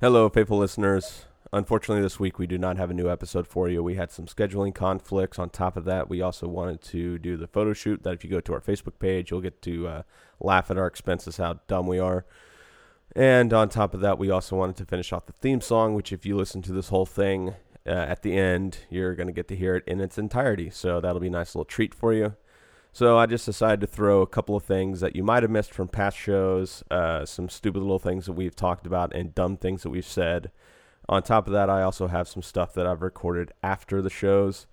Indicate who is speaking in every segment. Speaker 1: Hello, faithful listeners. Unfortunately, this week we do not have a new episode for you. We had some scheduling conflicts. On top of that, we also wanted to do the photo shoot. That if you go to our Facebook page, you'll get to uh, laugh at our expenses, how dumb we are. And on top of that, we also wanted to finish off the theme song, which, if you listen to this whole thing uh, at the end, you're going to get to hear it in its entirety. So that'll be a nice little treat for you. So I just decided to throw a couple of things that you might have missed from past shows, uh, some stupid little things that we've talked about, and dumb things that we've said. On top of that, I also have some stuff that I've recorded after the shows.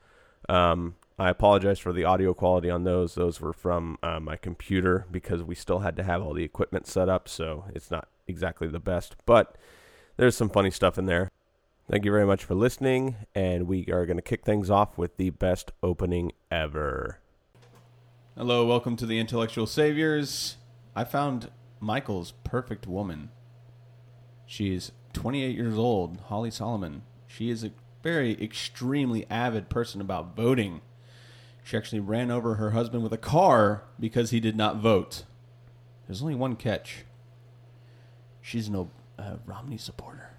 Speaker 1: Um, I apologize for the audio quality on those. Those were from uh, my computer because we still had to have all the equipment set up, so it's not exactly the best. But there's some funny stuff in there. Thank you very much for listening, and we are going to kick things off with the best opening ever.
Speaker 2: Hello, welcome to the Intellectual Saviors. I found Michael's perfect woman. She's 28 years old, Holly Solomon. She is a very extremely avid person about voting. She actually ran over her husband with a car because he did not vote. There's only one catch. She's no uh, Romney supporter.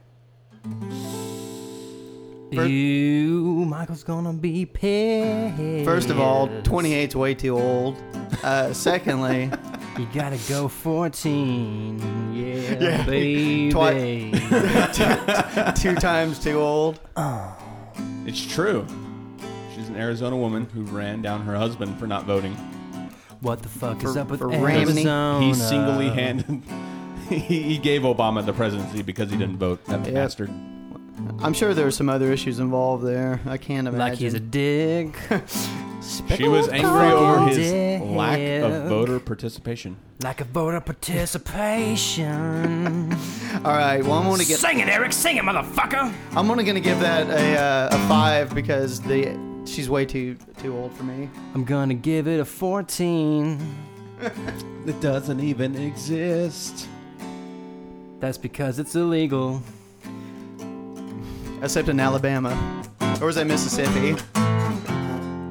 Speaker 3: Ew, Michael's gonna be pissed.
Speaker 4: First of all, 28's way too old. Uh, secondly,
Speaker 3: You gotta go 14. Yeah, baby.
Speaker 4: two times too old.
Speaker 2: It's true. She's an Arizona woman who ran down her husband for not voting.
Speaker 3: what the fuck is
Speaker 4: For-
Speaker 3: up with
Speaker 4: for Romney.
Speaker 3: Arizona?
Speaker 2: He singly handed. He he gave Obama the presidency because he didn't vote. That
Speaker 4: Yep.
Speaker 2: bastard.
Speaker 4: I'm sure there are some other issues involved there. I can't imagine.
Speaker 3: Like he's a dick.
Speaker 2: She was
Speaker 3: Speckled
Speaker 2: angry over his
Speaker 3: dick.
Speaker 2: lack of voter participation.
Speaker 3: Like a voter participation.
Speaker 4: all right. Well, I'm gonna get.
Speaker 3: sing it, Eric. Sing it, motherfucker.
Speaker 4: I'm only gonna give that a, uh, a five because the she's way too too old for me.
Speaker 3: I'm gonna give it a 14.
Speaker 2: It doesn't even exist.
Speaker 3: That's because it's illegal.
Speaker 4: Except in Alabama, or is that Mississippi?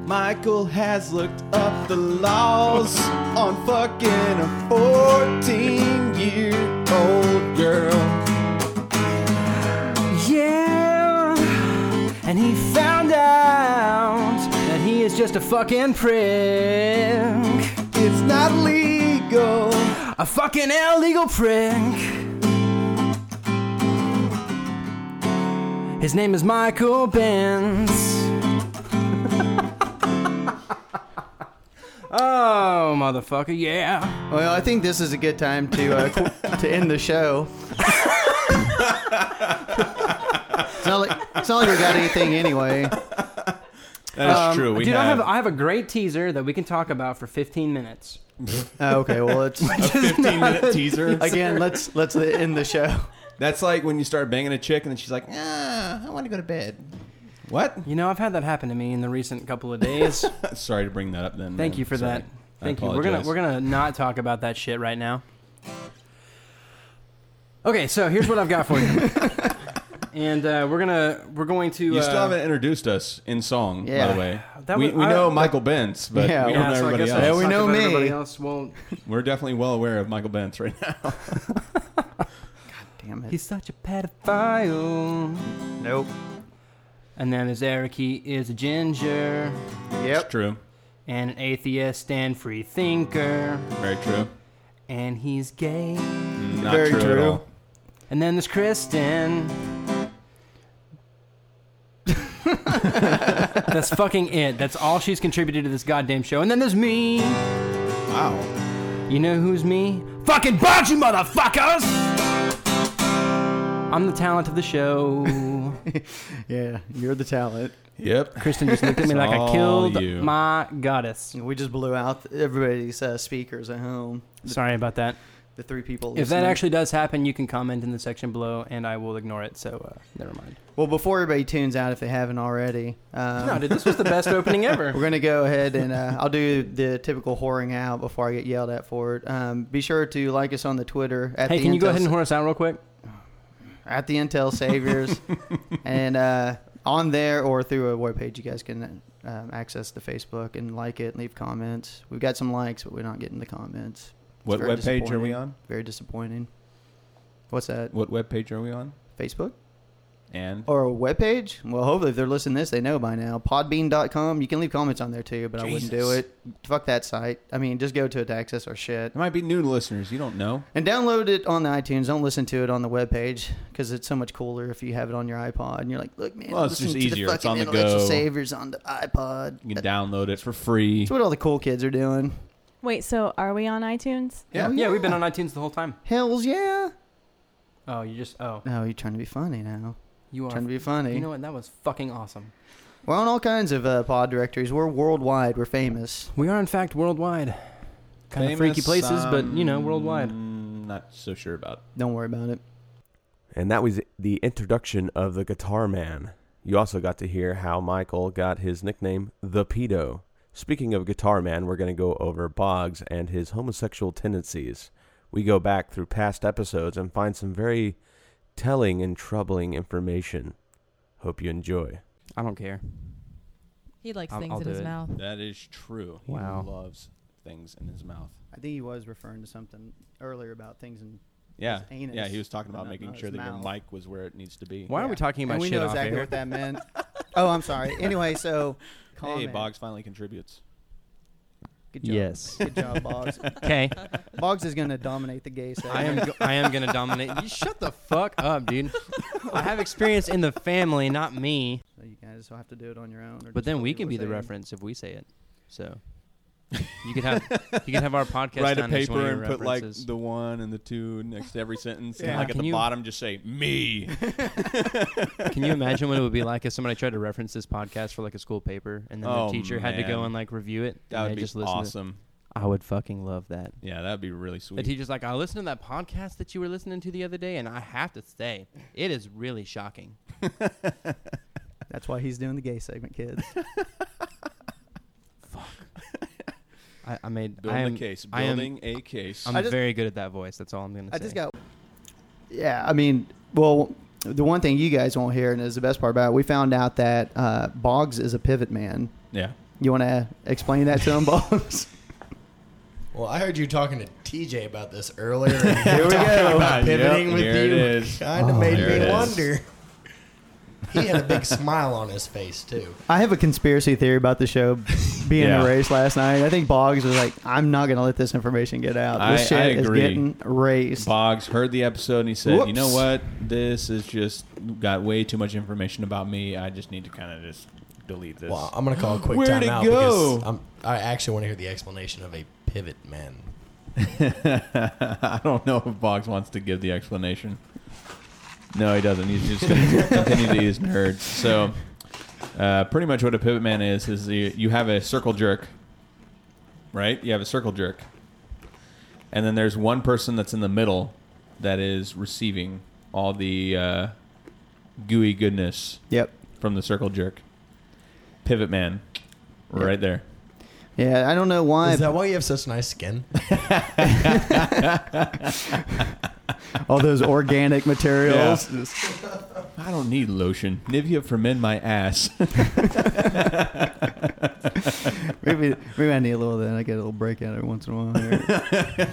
Speaker 2: Michael has looked up the laws on fucking a 14 year old girl.
Speaker 3: Yeah. And he found out that he is just a fucking prick.
Speaker 2: It's not legal.
Speaker 3: A fucking illegal prick. His name is Michael Benz. oh, motherfucker, yeah.
Speaker 4: Well, I think this is a good time to uh, qu- to end the show. it's, not like, it's not like we got anything anyway.
Speaker 2: That is
Speaker 3: Um,
Speaker 2: true. We
Speaker 3: dude, I
Speaker 2: have,
Speaker 3: have I have a great teaser that we can talk about for 15 minutes.
Speaker 4: Oh, okay, well, let's
Speaker 2: a 15 minute teaser.
Speaker 4: again let's let's end the show.
Speaker 2: That's like when you start banging a chick and then she's like, ah, I want to go to bed. What?
Speaker 3: You know, I've had that happen to me in the recent couple of days.
Speaker 2: Sorry to bring that up then.
Speaker 3: Thank
Speaker 2: man.
Speaker 3: you for
Speaker 2: Sorry.
Speaker 3: that.
Speaker 2: I
Speaker 3: Thank you. We're gonna
Speaker 2: apologize.
Speaker 3: we're gonna not talk about that shit right now. Okay, so here's what I've got for you, and uh, we're gonna we're going to.
Speaker 2: You
Speaker 3: uh,
Speaker 2: still haven't introduced us in song, by
Speaker 4: Yeah.
Speaker 2: the way.
Speaker 3: That
Speaker 2: we
Speaker 3: was-
Speaker 2: we
Speaker 3: I-
Speaker 2: know
Speaker 3: that-
Speaker 2: Michael Bentz, but
Speaker 4: Yeah,
Speaker 2: we
Speaker 3: yeah,
Speaker 2: don't know
Speaker 3: so I
Speaker 2: everybody
Speaker 3: guess
Speaker 2: else.
Speaker 3: let's
Speaker 4: Yeah, we
Speaker 3: talk
Speaker 4: know
Speaker 3: about
Speaker 4: me.
Speaker 3: Everybody else. Well,
Speaker 2: We're definitely well aware of Michael Bentz right now.
Speaker 4: Damn it.
Speaker 3: he's such a pedophile.
Speaker 4: Nope.
Speaker 3: And then there's Eric. He is a ginger
Speaker 2: It's
Speaker 4: Yep.
Speaker 2: true.
Speaker 3: and an atheist and free thinker,
Speaker 2: Very true.
Speaker 3: and he's gay.
Speaker 2: Not
Speaker 4: Very
Speaker 2: true, at
Speaker 4: true.
Speaker 2: all.
Speaker 3: And then there's Kristen. That's fucking it. That's all she's contributed to this goddamn show. And then there's me.
Speaker 2: Wow.
Speaker 3: You know who's me? Fucking Bunch, you motherfuckers! I'm the talent of the show.
Speaker 4: Yeah, you're the talent.
Speaker 2: Yep.
Speaker 3: Kristen just looked at me
Speaker 2: It's
Speaker 3: like I
Speaker 2: all
Speaker 3: killed
Speaker 2: you.
Speaker 3: my goddess.
Speaker 4: We just blew out everybody's uh, speakers at home.
Speaker 3: Sorry about that.
Speaker 4: The three people.
Speaker 3: If that
Speaker 4: listening.
Speaker 3: actually does happen, you can comment in the section below, and I will ignore it. So uh, never mind.
Speaker 4: well, before everybody tunes out, if they haven't already, um,
Speaker 3: No, dude, this was the best opening ever.
Speaker 4: we're gonna go ahead and uh, I'll do the typical whoring out before I get yelled at for it. Um, be sure to like us on the Twitter at
Speaker 3: Hey,
Speaker 4: the
Speaker 3: can
Speaker 4: Intel,
Speaker 3: you go ahead and whore us out real quick?
Speaker 4: at the Intel Saviors, and uh, on there or through a webpage, you guys can um, access the Facebook and like it, leave comments. We've got some likes, but we're not getting the comments.
Speaker 2: What
Speaker 4: very
Speaker 2: web page are we
Speaker 4: disappointing.
Speaker 2: on?
Speaker 4: Very disappointing. What's that?
Speaker 2: What web page are we on?
Speaker 4: Facebook
Speaker 2: And
Speaker 4: or a webpage. Well, hopefully, if they're listening to this, they know by now. Podbean.com. You can leave comments on there too, but I wouldn't do
Speaker 2: Jesus.
Speaker 4: it. Fuck that site. I mean, just go to it to access our shit.
Speaker 2: there might be new listeners. You don't know.
Speaker 4: And download it on the iTunes. Don't listen to it on the webpage because it's so much cooler if you have it on your iPod. And you're like, look, man,
Speaker 2: Well,
Speaker 4: I'm
Speaker 2: it's just
Speaker 4: listening to
Speaker 2: easier.
Speaker 4: the
Speaker 2: It's
Speaker 4: fucking
Speaker 2: on the
Speaker 4: intellectual
Speaker 2: go.
Speaker 4: saviors on the iPod.
Speaker 2: You can
Speaker 4: That's
Speaker 2: download it for free.
Speaker 4: what all the cool kids are doing.
Speaker 5: Wait, so are we on iTunes?
Speaker 2: Yeah.
Speaker 4: Hell
Speaker 3: Yeah, we've been on iTunes the whole time.
Speaker 4: Hells yeah.
Speaker 3: Oh, you just oh,
Speaker 4: No, you're trying to be funny now.
Speaker 3: you are.
Speaker 4: Trying to be funny.
Speaker 3: You know what? That was fucking awesome.
Speaker 4: We're on all kinds of uh, pod directories. We're worldwide. We're famous.
Speaker 3: We are in fact worldwide. Kind of freaky
Speaker 2: Famous,
Speaker 3: places, but you know,
Speaker 2: um,
Speaker 3: worldwide.
Speaker 2: Not so sure about.
Speaker 4: Don't worry about it.
Speaker 1: And that was the introduction of the Guitar Man. You also got to hear how Michael got his nickname, The Pedo. Speaking of Guitar Man, we're going to go over Boggs and his homosexual tendencies. We go back through past episodes and find some very telling and troubling information. Hope you enjoy.
Speaker 3: I don't care.
Speaker 6: He likes
Speaker 3: I'll-
Speaker 6: things
Speaker 3: I'll
Speaker 6: in
Speaker 3: do
Speaker 6: his
Speaker 3: it.
Speaker 6: mouth.
Speaker 2: That is true. He
Speaker 3: Wow.
Speaker 2: loves things in his mouth.
Speaker 4: I think he was referring to something earlier about things in
Speaker 2: Yeah.
Speaker 4: His anus,
Speaker 2: Yeah, he was talking about
Speaker 4: not-
Speaker 2: making
Speaker 4: not
Speaker 2: sure
Speaker 4: his
Speaker 2: that
Speaker 4: mouth.
Speaker 2: your mic was where it needs to be.
Speaker 3: Why are we talking about
Speaker 4: and we
Speaker 3: shit
Speaker 4: know
Speaker 3: off
Speaker 4: exactly
Speaker 3: air?
Speaker 4: what that meant. oh, I'm sorry. Anyway, so
Speaker 2: Hey,
Speaker 4: comment.
Speaker 2: Boggs finally contributes.
Speaker 4: Good job. Good job, Boggs.
Speaker 3: Okay.
Speaker 4: Boggs is going to dominate the gay segment.
Speaker 3: I am. Go- I am gonna dominate. You shut the fuck up, dude. I have experience in the family, not me.
Speaker 4: So you guys will have to do it on your own. or
Speaker 3: But
Speaker 4: just
Speaker 3: then
Speaker 4: believe
Speaker 3: we can
Speaker 4: what
Speaker 3: be the
Speaker 4: they-
Speaker 3: reference if we say it. So you could have you could have our podcast.
Speaker 2: Write a
Speaker 3: down as one
Speaker 2: paper
Speaker 3: of your
Speaker 2: and put like
Speaker 3: references.
Speaker 2: the one and the two next to every sentence,
Speaker 4: Yeah.
Speaker 2: and like at
Speaker 3: Can
Speaker 2: the
Speaker 3: you-
Speaker 2: bottom just say me.
Speaker 3: Can you imagine what it would be like if somebody tried to reference this podcast for like a school paper and then
Speaker 2: Oh,
Speaker 3: the teacher had to go
Speaker 2: man.
Speaker 3: and like review it?
Speaker 2: That
Speaker 3: and
Speaker 2: would
Speaker 3: they
Speaker 2: be
Speaker 3: just listened to-
Speaker 2: awesome.
Speaker 3: I would fucking love that.
Speaker 2: Yeah, that'd be really sweet.
Speaker 3: The teacher's like, I listened to that podcast that you were listening to the other day, and I have to say, it is really shocking.
Speaker 4: That's why he's doing the gay segment, kids.
Speaker 3: I, I made.
Speaker 2: Building
Speaker 3: I am,
Speaker 2: a case.
Speaker 3: I am-
Speaker 2: Building a case.
Speaker 3: I'm
Speaker 4: I just-
Speaker 3: very good at that voice. That's all I'm gonna
Speaker 4: I
Speaker 3: say.
Speaker 4: just got. Yeah, I mean, well, the one thing you guys won't hear, and is the best part about it, we found out that uh, Boggs is a pivot man.
Speaker 2: yeah.
Speaker 4: You want to explain that to him, Boggs?
Speaker 7: Well, I heard you talking to TJ about this earlier. And here we go.
Speaker 2: Yep,
Speaker 7: About pivoting with
Speaker 2: here it
Speaker 7: you.
Speaker 2: is.
Speaker 7: Kind of made
Speaker 2: there it
Speaker 7: me
Speaker 2: is.
Speaker 7: wonder. He had a big smile on his face too.
Speaker 4: I have a conspiracy theory about the show being
Speaker 2: Yeah.
Speaker 4: erased last night. I think Boggs was like, "I'm not going to let this information get out. This
Speaker 2: I- I
Speaker 4: shit is
Speaker 2: agree.
Speaker 4: getting erased."
Speaker 2: Boggs heard the episode and he said, "You know
Speaker 4: Whoops.
Speaker 2: what? This is just got way too much information about me. I just need to kind of just delete this."
Speaker 7: Well, I'm gonna call a quick
Speaker 2: Where'd it
Speaker 7: timeout
Speaker 2: go?
Speaker 7: because I'm, I actually want to hear the explanation of a pivot man.
Speaker 2: I don't know if Boggs wants to give the explanation. No, he doesn't. He's just going to continue to use nerds. So, uh, pretty much what a pivot man is is you, you have a circle jerk, right? You have a circle jerk, and then there's one person that's in the middle that is receiving all the uh, gooey goodness
Speaker 4: Yep.
Speaker 2: from the circle jerk. Pivot man, right there.
Speaker 4: Yeah, I don't know why.
Speaker 7: Is that why you have such nice skin?
Speaker 4: all those organic materials.
Speaker 2: I don't need lotion. Nivea for men, my ass.
Speaker 4: maybe maybe I need a little. of that. I get a little break out every once in a while.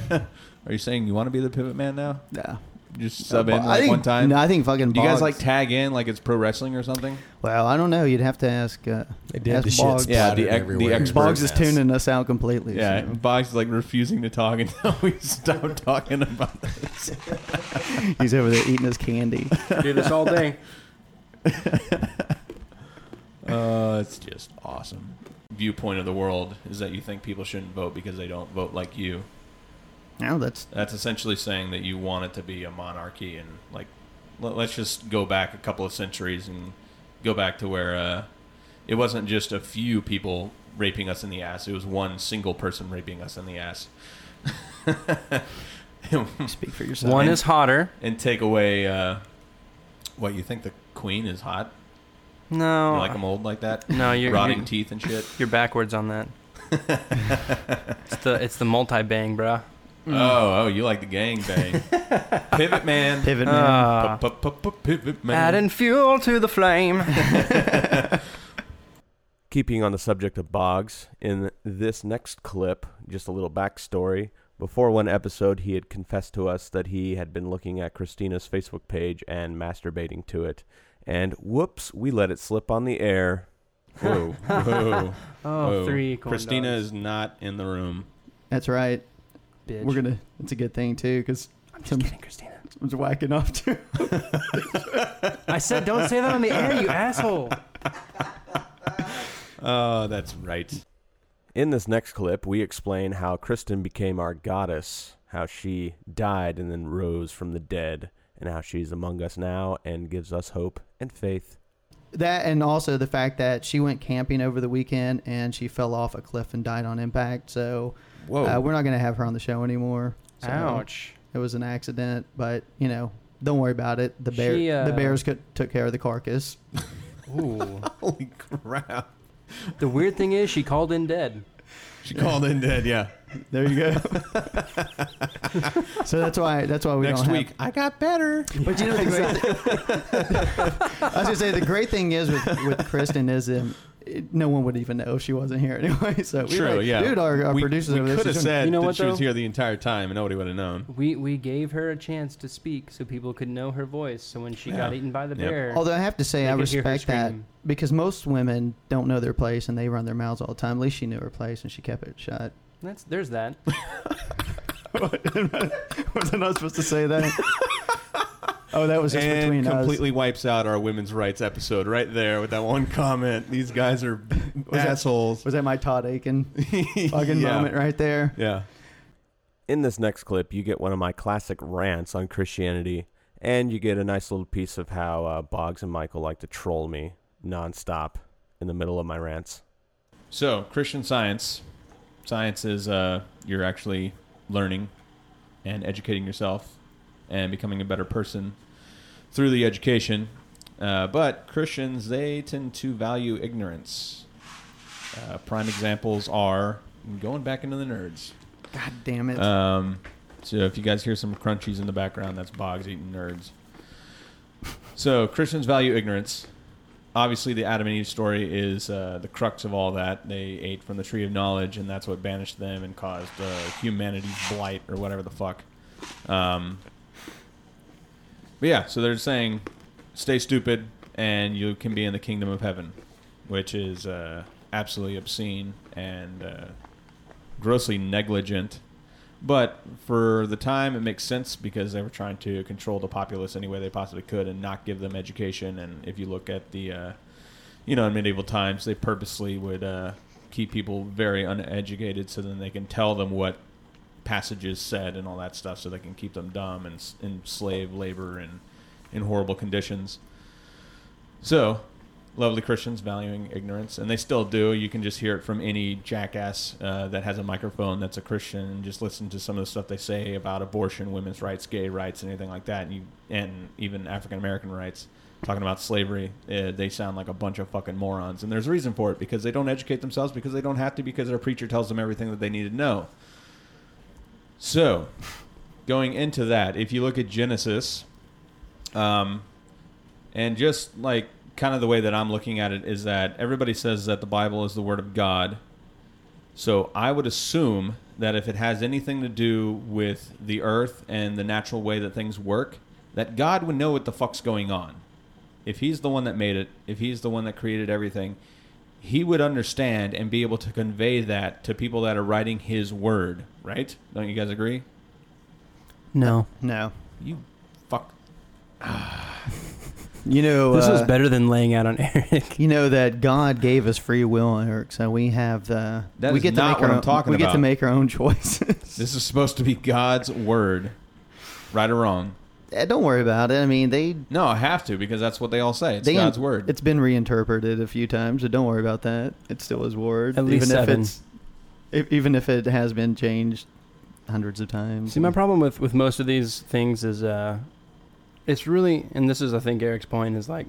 Speaker 4: Here.
Speaker 2: Are you saying you want to be the pivot man now?
Speaker 4: yeah.
Speaker 2: Just sub in
Speaker 4: Uh, I
Speaker 2: like
Speaker 4: think-
Speaker 2: one time.
Speaker 4: No, I think fucking.
Speaker 2: Do you guys
Speaker 4: Boggs-
Speaker 2: like tag in like it's pro wrestling or something?
Speaker 4: Well, I don't know. You'd have to ask. Uh,
Speaker 7: They did
Speaker 4: ask
Speaker 7: the shit
Speaker 4: Boggs.
Speaker 2: Yeah,
Speaker 7: splattered
Speaker 2: the ex- the
Speaker 7: everywhere.
Speaker 2: expert.
Speaker 4: Boggs is
Speaker 7: Yes.
Speaker 4: tuning us out completely.
Speaker 2: Yeah,
Speaker 4: so
Speaker 2: Boggs is like refusing to talk until we stop talking about it.
Speaker 4: he's over there eating his candy.
Speaker 3: do this all day.
Speaker 2: Uh, it's just awesome. Viewpoint of the world is that you think people shouldn't vote because they don't vote like you.
Speaker 4: Now that's
Speaker 2: That's essentially saying that you want it to be a monarchy and like let- let's just go back a couple of centuries and go back to where uh, it wasn't just a few people raping us in the ass; it was one single person raping us in the ass.
Speaker 4: speak for yourself.
Speaker 3: One is hotter.
Speaker 2: and take away uh, what you think the queen is hot. You
Speaker 3: No,
Speaker 4: Oh.
Speaker 2: like them old like that,
Speaker 3: no, you're
Speaker 2: rotting
Speaker 3: you're,
Speaker 2: teeth and shit.
Speaker 3: you're backwards on that. it's the it's the multi bang, bruh.
Speaker 4: Mm.
Speaker 2: Oh, oh, you like the gang bang, pivot man,
Speaker 4: Pivot man.
Speaker 3: Uh,
Speaker 2: P-p-p-p-pivot man.
Speaker 3: adding fuel to the flame.
Speaker 1: Keeping on the subject of Boggs, in this next clip, just a little backstory, Before one episode, he had confessed to us that he had been looking at Christina's Facebook page and masturbating to it. And whoops, we let it slip on the air.
Speaker 2: Whoa, whoa,
Speaker 6: Oh,
Speaker 2: whoa.
Speaker 6: three corn
Speaker 2: Christina
Speaker 6: dogs,
Speaker 2: is not in the room.
Speaker 4: That's right.
Speaker 6: bitch.
Speaker 4: We're gonna. It's a good thing too, because
Speaker 6: I'm
Speaker 4: some-
Speaker 6: just kidding, Christina.
Speaker 4: was whacking off too.
Speaker 6: I said, don't say that on the air, you asshole.
Speaker 2: Oh, that's right.
Speaker 1: In this next clip, we explain how Kristen became our goddess, how she died and then rose from the dead, and how she's among us now and gives us hope and faith.
Speaker 4: That and also the fact that she went camping over the weekend and she fell off a cliff and died on impact. So
Speaker 2: Whoa.
Speaker 4: uh, we're not gonna have her on the show anymore. So
Speaker 6: Ouch.
Speaker 4: It was an accident, but you know, don't worry about it. The bear,
Speaker 6: She, uh,
Speaker 4: the bears could, took care of the carcass.
Speaker 6: Ooh.
Speaker 2: Holy crap.
Speaker 6: the weird thing is, she called in dead.
Speaker 2: She called in dead, yeah.
Speaker 4: There you go. so that's why that's why we
Speaker 2: Next
Speaker 4: don't have-
Speaker 2: week, I got better.
Speaker 4: But you know, the great I was gonna say the great thing is with with Kristen is um, it, no one would even know if she wasn't here anyway. So we
Speaker 2: True,
Speaker 4: like,
Speaker 2: yeah.
Speaker 4: dude, our, our
Speaker 2: we
Speaker 4: producers over there
Speaker 2: could have
Speaker 4: she's-
Speaker 2: said
Speaker 6: You know
Speaker 2: that
Speaker 6: what,
Speaker 2: she was
Speaker 6: though?
Speaker 2: here the entire time and nobody would have known.
Speaker 6: We we gave her a chance to speak so people could know her voice. So when she got
Speaker 2: Yeah.
Speaker 6: eaten by the
Speaker 2: Yep.
Speaker 6: bear,
Speaker 4: Although I have to say,
Speaker 6: They
Speaker 4: I
Speaker 6: could hear her
Speaker 4: respect that
Speaker 6: scream.
Speaker 4: because most women don't know their place and they run their mouths all the time. At least she knew her place and she kept it shut.
Speaker 6: that's there's that.
Speaker 4: was I not supposed to say that? oh, that was just
Speaker 2: And
Speaker 4: between us.
Speaker 2: completely wipes out our women's rights episode right there with that one comment. These guys are
Speaker 4: that-
Speaker 2: assholes.
Speaker 4: Was that my Todd Aiken fucking
Speaker 2: Yeah.
Speaker 4: moment right there?
Speaker 2: Yeah.
Speaker 1: In this next clip, you get one of my classic rants on Christianity, and you get a nice little piece of how uh, Boggs and Michael like to troll me nonstop in the middle of my rants.
Speaker 2: So, Christian science. Science is uh, you're actually learning and educating yourself and becoming a better person through the education. Uh, but Christians, they tend to value ignorance. Uh, prime examples are going back into the nerds.
Speaker 4: God damn it!
Speaker 2: Um, so if you guys hear some crunchies in the background, that's Boggs eating nerds. So Christians value ignorance. Obviously, the Adam and Eve story is uh, the crux of all that. They ate from the tree of knowledge, and that's what banished them and caused uh, humanity's blight or whatever the fuck. Um, but yeah, so they're saying, stay stupid, and you can be in the kingdom of heaven, which is uh, absolutely obscene and uh, grossly negligent. But for the time, it makes sense because they were trying to control the populace any way they possibly could and not give them education. And if you look at the, uh, you know, in medieval times, they purposely would uh, keep people very uneducated so then they can tell them what passages said and all that stuff so they can keep them dumb and, s- and slave labor and in horrible conditions. So, lovely Christians valuing ignorance, and they still do. You can just hear it from any jackass uh, that has a microphone that's a Christian, and just listen to some of the stuff they say about abortion, women's rights, gay rights, and anything like that, and, you, and even African American rights. Talking about slavery, uh, they sound like a bunch of fucking morons, and there's a reason for it because they don't educate themselves because they don't have to because their preacher tells them everything that they need to know. So, going into that, if you look at Genesis, um, and just like kind of the way that I'm looking at it is that everybody says that the Bible is the Word of God. So I would assume that if it has anything to do with the earth and the natural way that things work, that God would know what the fuck's going on. If He's the one that made it, if He's the one that created everything, He would understand and be able to convey that to people that are writing His Word, right? Don't you guys agree?
Speaker 6: No,
Speaker 4: no,
Speaker 2: You fuck.
Speaker 4: you know
Speaker 6: this
Speaker 4: uh,
Speaker 6: was better than laying out on Eric.
Speaker 4: You know that God gave us free will, Eric, so we have the
Speaker 2: That
Speaker 4: we
Speaker 2: is
Speaker 4: get
Speaker 2: not
Speaker 4: to make
Speaker 2: what
Speaker 4: our
Speaker 2: I'm
Speaker 4: own,
Speaker 2: talking
Speaker 4: we get to
Speaker 2: about.
Speaker 4: make our own choices.
Speaker 2: This is supposed to be God's Word, right or wrong.
Speaker 4: Eh, Don't worry about it. I mean, they
Speaker 2: No, I have to because that's what they all say. It's
Speaker 4: they
Speaker 2: God's word.
Speaker 4: It's been reinterpreted a few times, so don't worry about that. It's still His word,
Speaker 6: At least
Speaker 4: even
Speaker 6: seven.
Speaker 4: if it's if, even if it has been changed hundreds of times.
Speaker 6: See, my problem with with most of these things is, uh, it's really, and this is I think Eric's point is like,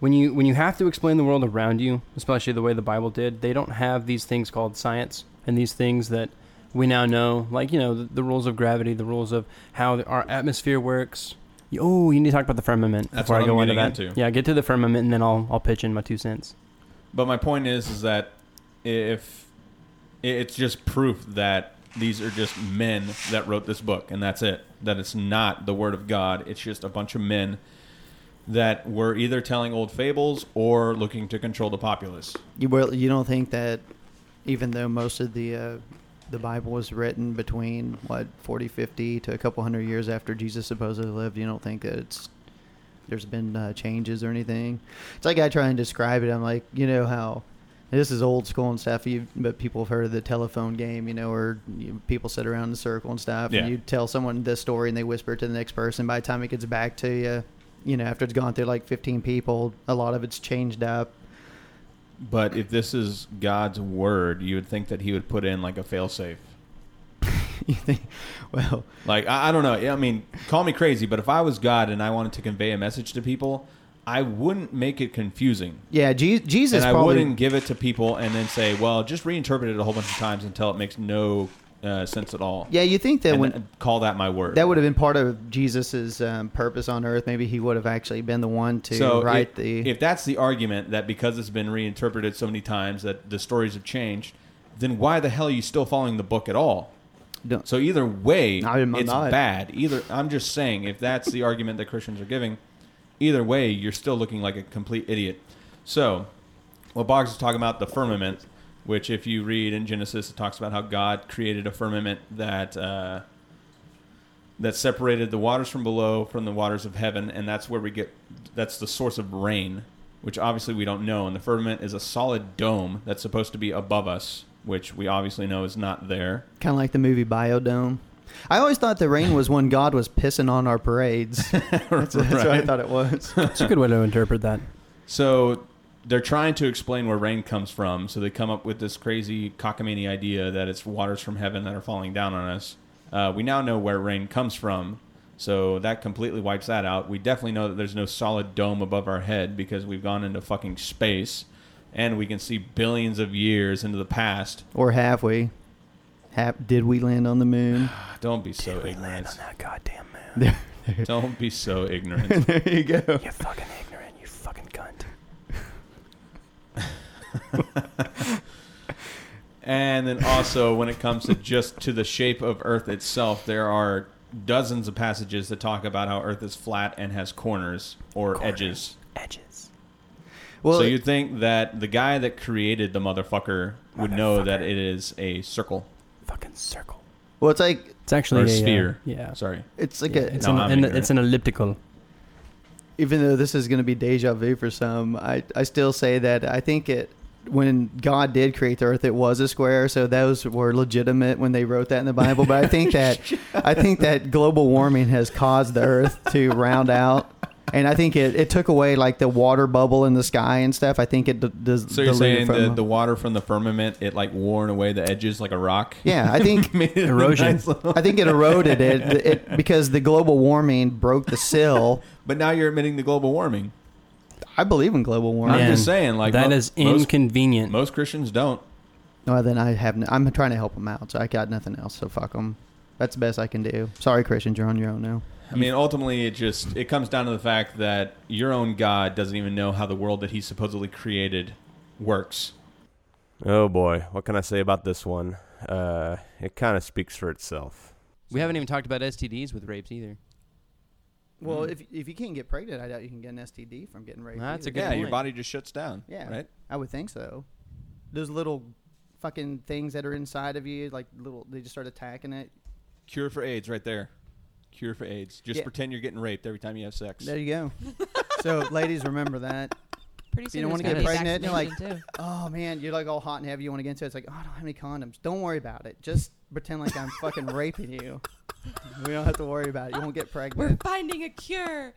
Speaker 6: when you when you have to explain the world around you, especially the way the Bible did, they don't have these things called science and these things that we now know, like you know the, the rules of gravity, the rules of how the- our atmosphere works. You- Oh, you need to talk about the firmament
Speaker 2: That's
Speaker 6: before
Speaker 2: what
Speaker 6: I go
Speaker 2: I'm
Speaker 6: into that.
Speaker 2: getting into.
Speaker 6: Yeah, get to the firmament and then I'll I'll pitch in my two cents.
Speaker 2: But my point is, is that if it's just proof that these are just men that wrote this book, and that's it. That it's not the word of God. It's just a bunch of men that were either telling old fables or looking to control the populace.
Speaker 4: You will, you don't think that even though most of the uh, the Bible was written between what 40, 50 to a couple hundred years after Jesus supposedly lived, you don't think that it's there's been uh, changes or anything. It's like I try and describe it. I'm like, you know how this is old school and stuff. You but people have heard of the telephone game, you know, or you, people sit around in a circle and stuff,
Speaker 2: Yeah.
Speaker 4: and you tell someone this story and they whisper it to the next person. By the time it gets back to you, you know, after it's gone through like 15 people, a lot of it's changed up.
Speaker 2: But if this is God's word, you would think that he would put in like a failsafe.
Speaker 4: you think, well,
Speaker 2: Like I, I don't know. I mean, call me crazy, but if I was God and I wanted to convey a message to people, I wouldn't make it confusing.
Speaker 4: yeah, Je- Jesus
Speaker 2: and I
Speaker 4: probably.
Speaker 2: wouldn't give it to people and then say, "Well, just reinterpret it a whole bunch of times until it makes no uh, sense at all."
Speaker 4: yeah, you think that
Speaker 2: and
Speaker 4: when
Speaker 2: then call that my word.
Speaker 4: that would have been part of Jesus's um, purpose on earth, maybe he would have actually been the one to
Speaker 2: so
Speaker 4: write
Speaker 2: if,
Speaker 4: the.
Speaker 2: if that's the argument that because it's been reinterpreted so many times that the stories have changed, then why the hell are you still following the book at all?
Speaker 4: Don't-
Speaker 2: So either way,
Speaker 4: I am
Speaker 2: it's
Speaker 4: not.
Speaker 2: bad. Either I'm just saying if that's the argument that Christians are giving, either way you're still looking like a complete idiot. So, what Boggs is talking about the firmament, which if you read in Genesis, it talks about how God created a firmament that uh, that separated the waters from below from the waters of heaven, and that's where we get that's the source of rain, which obviously we don't know. And the firmament is a solid dome that's supposed to be above us, which we obviously know is not there.
Speaker 4: Kind of like the movie Biodome. I always thought the rain was when God was pissing on our parades. that's, that's what I
Speaker 2: Right.
Speaker 4: thought it was.
Speaker 6: It's a good way to interpret that.
Speaker 2: So they're trying to explain where rain comes from. So they come up with this crazy cockamamie idea that it's waters from heaven that are falling down on us. Uh, we now know where rain comes from. So that completely wipes that out. We definitely know that there's no solid dome above our head because we've gone into fucking space and we can see billions of years into the past.
Speaker 4: or have we? Hap, did we land on the moon?
Speaker 2: Don't be so ignorant.
Speaker 3: That goddamn man.
Speaker 2: Don't be so ignorant.
Speaker 4: there you go.
Speaker 3: You fucking ignorant. You fucking cunt.
Speaker 2: And then also, when it comes to just to the shape of Earth itself, there are dozens of passages that talk about how Earth is flat and has corners or edges.
Speaker 3: Edges.
Speaker 4: Well,
Speaker 2: so you'd think that the guy that created the motherfucker would know that it is a circle
Speaker 3: Fucking circle.
Speaker 4: well, it's like
Speaker 6: It's actually
Speaker 2: or
Speaker 6: a, uh,
Speaker 2: sphere.
Speaker 6: yeah,
Speaker 2: Sorry.
Speaker 4: it's like a
Speaker 6: it's
Speaker 2: No, I'm
Speaker 6: an, an
Speaker 2: ignorant.
Speaker 6: it's an elliptical.
Speaker 4: even though this is going to be deja vu for some, I, I still say that I think it when God did create the earth, it was a square. So those were legitimate when they wrote that in the Bible. But I think that I think that global warming has caused the earth to round out. And I think it, it took away like the water bubble in the sky and stuff. I think it d- does.
Speaker 2: So you're saying
Speaker 4: diluted
Speaker 2: the,
Speaker 4: from-
Speaker 2: the water from the firmament, it like worn away the edges like a rock?
Speaker 4: yeah, I think
Speaker 2: Made it a
Speaker 6: Erosion.
Speaker 2: nice little-
Speaker 4: I think it eroded it, it because the global warming broke the sill.
Speaker 2: but now you're admitting the global warming.
Speaker 4: I believe in global warming.
Speaker 2: I'm
Speaker 6: Man,
Speaker 2: just saying, like
Speaker 6: that
Speaker 2: mo-
Speaker 6: is
Speaker 2: most,
Speaker 6: inconvenient.
Speaker 2: most Christians don't.
Speaker 4: Well, then I have. No, I'm trying to help them out, so I got nothing else. So fuck them. That's the best I can do. Sorry, Christians, you're on your own now.
Speaker 2: I mean, ultimately, it just it comes down to the fact that your own God doesn't even know how the world that He supposedly created works.
Speaker 1: Oh boy, what can I say about this one? Uh, it kind of speaks for itself.
Speaker 6: we haven't even talked about STDs with rapes either.
Speaker 4: Well, if if you can't get pregnant, I doubt you can get an STD from getting raped.
Speaker 6: That's a Good
Speaker 4: either.
Speaker 2: yeah, your
Speaker 6: point.
Speaker 2: body just shuts down.
Speaker 4: Yeah.
Speaker 2: right.
Speaker 4: I would think so. Those little fucking things that are inside of you, like little, they just start attacking it.
Speaker 2: Cure for AIDS, right there. Cure for AIDS. Just
Speaker 4: Yeah.
Speaker 2: pretend you're getting raped every time you have sex.
Speaker 4: There you go. so, ladies, remember that.
Speaker 8: Pretty soon
Speaker 4: don't
Speaker 8: there's
Speaker 4: wanna get
Speaker 8: gonna be
Speaker 4: pregnant, you're like-
Speaker 8: vaccination, too.
Speaker 4: Oh man, you're like all hot and heavy. You want to get into it? It's like, oh, I don't have any condoms. Don't worry about it. Just pretend like I'm fucking raping you. We don't have to worry about it. You won't get pregnant.
Speaker 8: We're finding a cure.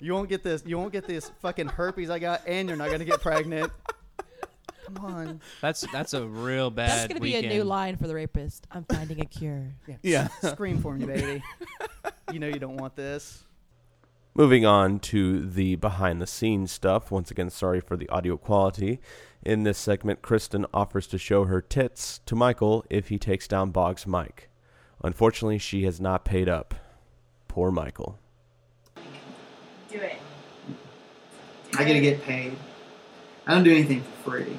Speaker 4: You won't get this. You won't get this fucking herpes I got, and you're not gonna get pregnant. Come on.
Speaker 6: That's that's a real bad.
Speaker 8: That's gonna
Speaker 6: weekend.
Speaker 8: be a new line for the rapist. I'm finding a cure.
Speaker 2: Yeah.
Speaker 4: Scream for me, baby. You know you don't want this.
Speaker 1: Moving on to the behind the scenes stuff. Once again, sorry for the audio quality. In this segment, Kristen offers to show her tits to Michael if he takes down Boggs' mic. Unfortunately, she has not paid up. Poor Michael.
Speaker 5: Do it.
Speaker 4: I gotta get paid. I don't do anything for free.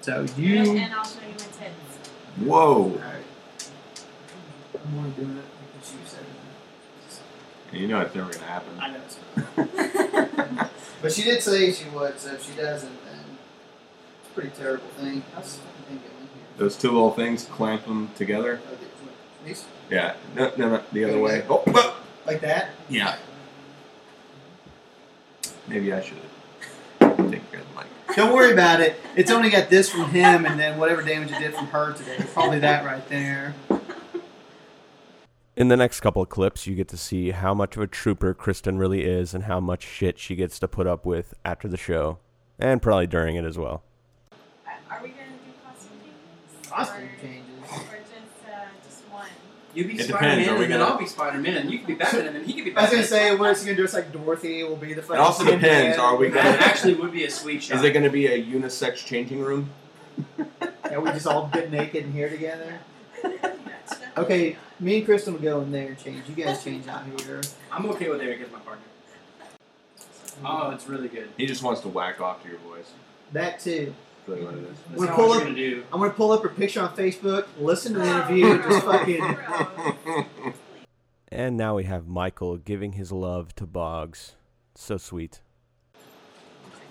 Speaker 4: So
Speaker 5: I'll show you my tits.
Speaker 9: Whoa.
Speaker 4: I don't want to do it because you said it.
Speaker 9: And you know it's never going to happen.
Speaker 4: I know it's not. but she did say she would, so if she doesn't, then it's a pretty terrible thing. How's this fucking thing going here?
Speaker 9: Those two little things clamp them together.
Speaker 4: Oh, the- These?
Speaker 9: Yeah. No, no, no. The other way. Oh, whoa.
Speaker 4: Like that?
Speaker 9: Yeah. Maybe I should take care of the mic.
Speaker 4: Don't worry about it. It's only got this from him and then whatever damage it did from her today. Probably that right there.
Speaker 1: In the next couple of clips, you get to see how much of a trooper Kristen really is and how much shit she gets to put up with after the show and probably during it as well.
Speaker 5: Are we gonna do costume changes?
Speaker 4: Costume
Speaker 5: Or-
Speaker 4: changes.
Speaker 5: Or just uh, just one?
Speaker 10: You be
Speaker 9: It
Speaker 10: Spider Man,
Speaker 9: depends, are we
Speaker 10: and then
Speaker 9: gonna-
Speaker 10: I'll be Spider Man, and you can be Batman, and then he can be
Speaker 4: I was
Speaker 10: Batman.
Speaker 4: gonna say, what is he gonna do? It's like Dorothy will be the fucking.
Speaker 9: It also
Speaker 4: Tin
Speaker 9: depends.
Speaker 4: Man.
Speaker 9: Are we
Speaker 10: that
Speaker 9: gonna?
Speaker 10: actually would be a sweet shot.
Speaker 9: Is it gonna be a unisex changing room?
Speaker 4: Yeah, we just all get naked in here together.
Speaker 5: Gotcha.
Speaker 4: Okay, me and Kristen will go in there and change. You guys change out here.
Speaker 10: I'm okay with Eric as my partner. Oh, it's really good.
Speaker 9: He just wants to whack off to your voice.
Speaker 4: That too.
Speaker 9: That's really what it is.
Speaker 10: That's
Speaker 4: We're
Speaker 10: not what
Speaker 4: pulling-
Speaker 10: you're gonna do.
Speaker 4: I'm gonna pull up her picture on Facebook, listen to the interview, just fucking.
Speaker 1: And now we have Michael giving his love to Boggs. So sweet.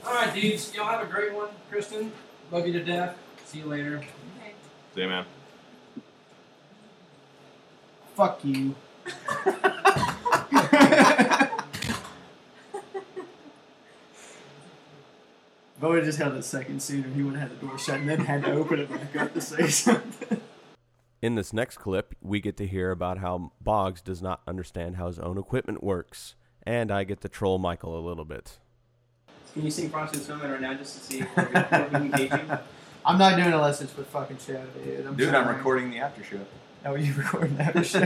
Speaker 10: All right, dudes, y'all have a great one. Kristen, love you to death. See you later.
Speaker 5: Okay.
Speaker 9: Yeah, man.
Speaker 4: Fuck you. if I would have just held it a second sooner, he would have had the door shut and then had to open it back up to say something.
Speaker 1: In this next clip, we get to hear about how Boggs does not understand how his own equipment works, and I get to troll Michael a little bit.
Speaker 10: Can you sing Frosty the Snowman right now just to see if we if we can gauge you?
Speaker 4: I'm not doing a lessons with fucking show, dude. I'm
Speaker 9: Dude,
Speaker 4: sorry.
Speaker 9: I'm recording the after show.
Speaker 4: Oh, you recording that for show?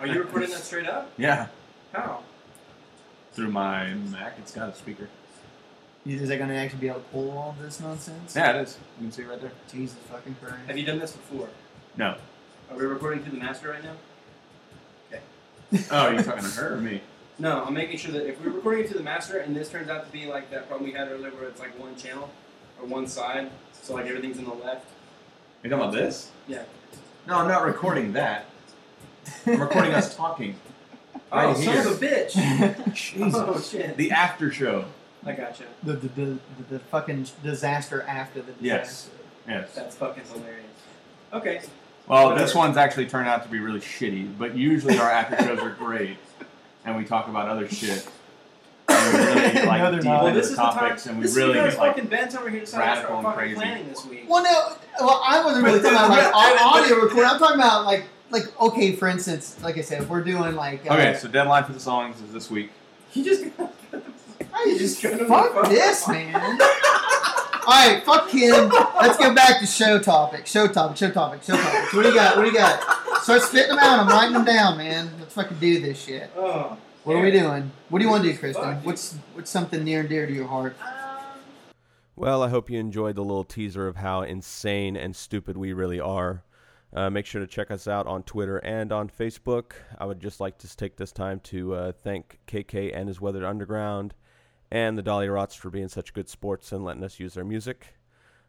Speaker 10: Are you recording that straight up?
Speaker 9: Yeah.
Speaker 10: How?
Speaker 9: Through my Mac, it's got a speaker.
Speaker 4: Is it gonna actually be able to pull all this nonsense?
Speaker 9: Yeah, it is. You can see it right there.
Speaker 4: Jesus fucking
Speaker 10: Have
Speaker 4: Christ.
Speaker 10: you done this before?
Speaker 9: No.
Speaker 10: Are we recording through the master right now?
Speaker 9: Oh, you're talking to her or me?
Speaker 10: No, I'm making sure that if we're recording it to the master and this turns out to be like that problem we had earlier where it's like one channel or one side, so like everything's in the left.
Speaker 9: You talking about this?
Speaker 10: Yeah.
Speaker 9: No, I'm not recording that. I'm recording us talking.
Speaker 10: Oh,
Speaker 9: Right
Speaker 10: son
Speaker 9: here.
Speaker 10: of a bitch! Oh
Speaker 9: Jesus.
Speaker 10: shit!
Speaker 9: The after show.
Speaker 10: I gotcha.
Speaker 4: The, the, the, the fucking disaster after the disaster.
Speaker 9: Yes. Yes.
Speaker 10: That's fucking hilarious. Okay.
Speaker 9: Well, this one's actually turned out to be really shitty, but usually our after shows are great, and we talk about other shit. And we really like
Speaker 4: No, they're
Speaker 9: deep
Speaker 4: not.
Speaker 9: into
Speaker 10: Well, this is the
Speaker 9: topics,
Speaker 10: time.
Speaker 9: and we
Speaker 10: this
Speaker 9: really
Speaker 10: is you guys
Speaker 9: get, like.
Speaker 10: fucking bent over here deciding to
Speaker 9: radical
Speaker 10: start fucking
Speaker 9: and crazy.
Speaker 10: planning this week.
Speaker 4: Well, no. Well, I wasn't really talking about like all audio recording. I'm talking about like like okay, for instance, like I said, if we're doing like uh,
Speaker 9: Okay, so deadline for the songs is this week.
Speaker 10: You just
Speaker 4: I just
Speaker 10: Go to the
Speaker 4: fuck
Speaker 10: phone.
Speaker 4: this, man. All right, fuck him. Let's go back to show topic. Show topic. Show topic. Show topic. What do you got? What do you got? Start spitting them out. I'm writing them down, man. Let's fucking do this shit.
Speaker 10: oh.
Speaker 4: What are we doing? What do you want to do,
Speaker 10: Fuck,
Speaker 4: Kristen?
Speaker 10: dude.
Speaker 4: What's what's something near and dear to your heart?
Speaker 5: Um,
Speaker 1: Well, I hope you enjoyed the little teaser of how insane and stupid we really are. Uh, make sure to check us out on Twitter and on Facebook. I would just like to take this time to uh, thank KK and his Weathered Underground and the Dolly Rots for being such good sports and letting us use their music.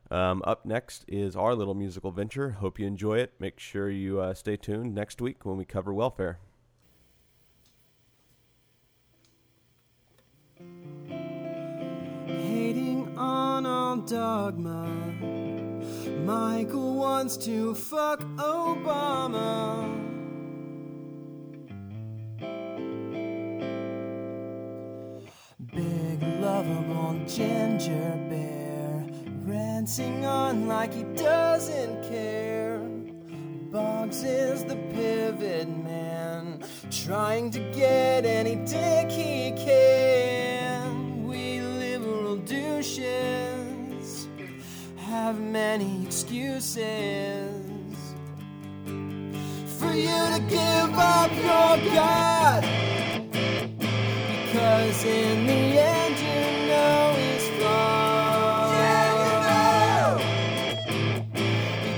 Speaker 1: Um, up next is our little musical venture. Hope you enjoy it. Make sure you uh, stay tuned next week when we cover welfare.
Speaker 11: hating on all dogma. Michael wants to fuck Obama. Big lovable ginger bear, ranting on like he doesn't care. Boggs is the pivot man, trying to get any dick he can. We liberal douches have many excuses for you to give up your God. Because in the end, you know it's flawed.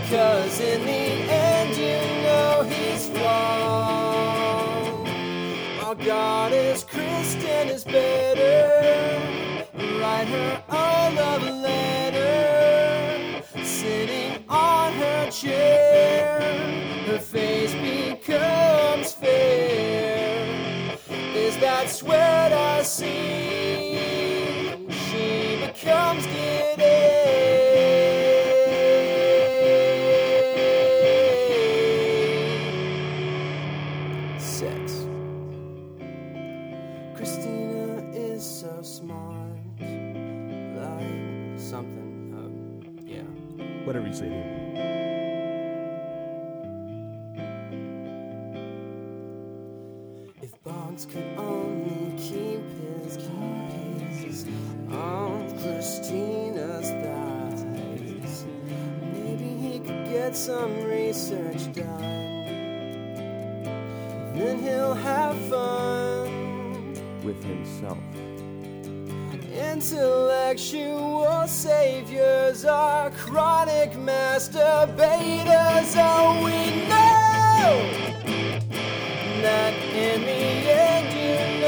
Speaker 11: Because in the end, you know he's wrong. Our God is Kristen is better. Write her all of a letter, sitting on her chair. is so smart. Like something. Um, yeah.
Speaker 1: Whatever you say. Dude.
Speaker 11: If Bonds could only keep his keys on Christina's thighs, maybe he could get some research done. Then he'll have fun.
Speaker 1: With himself.
Speaker 11: Intellectual saviors are chronic masturbators. Oh, we know that in the end you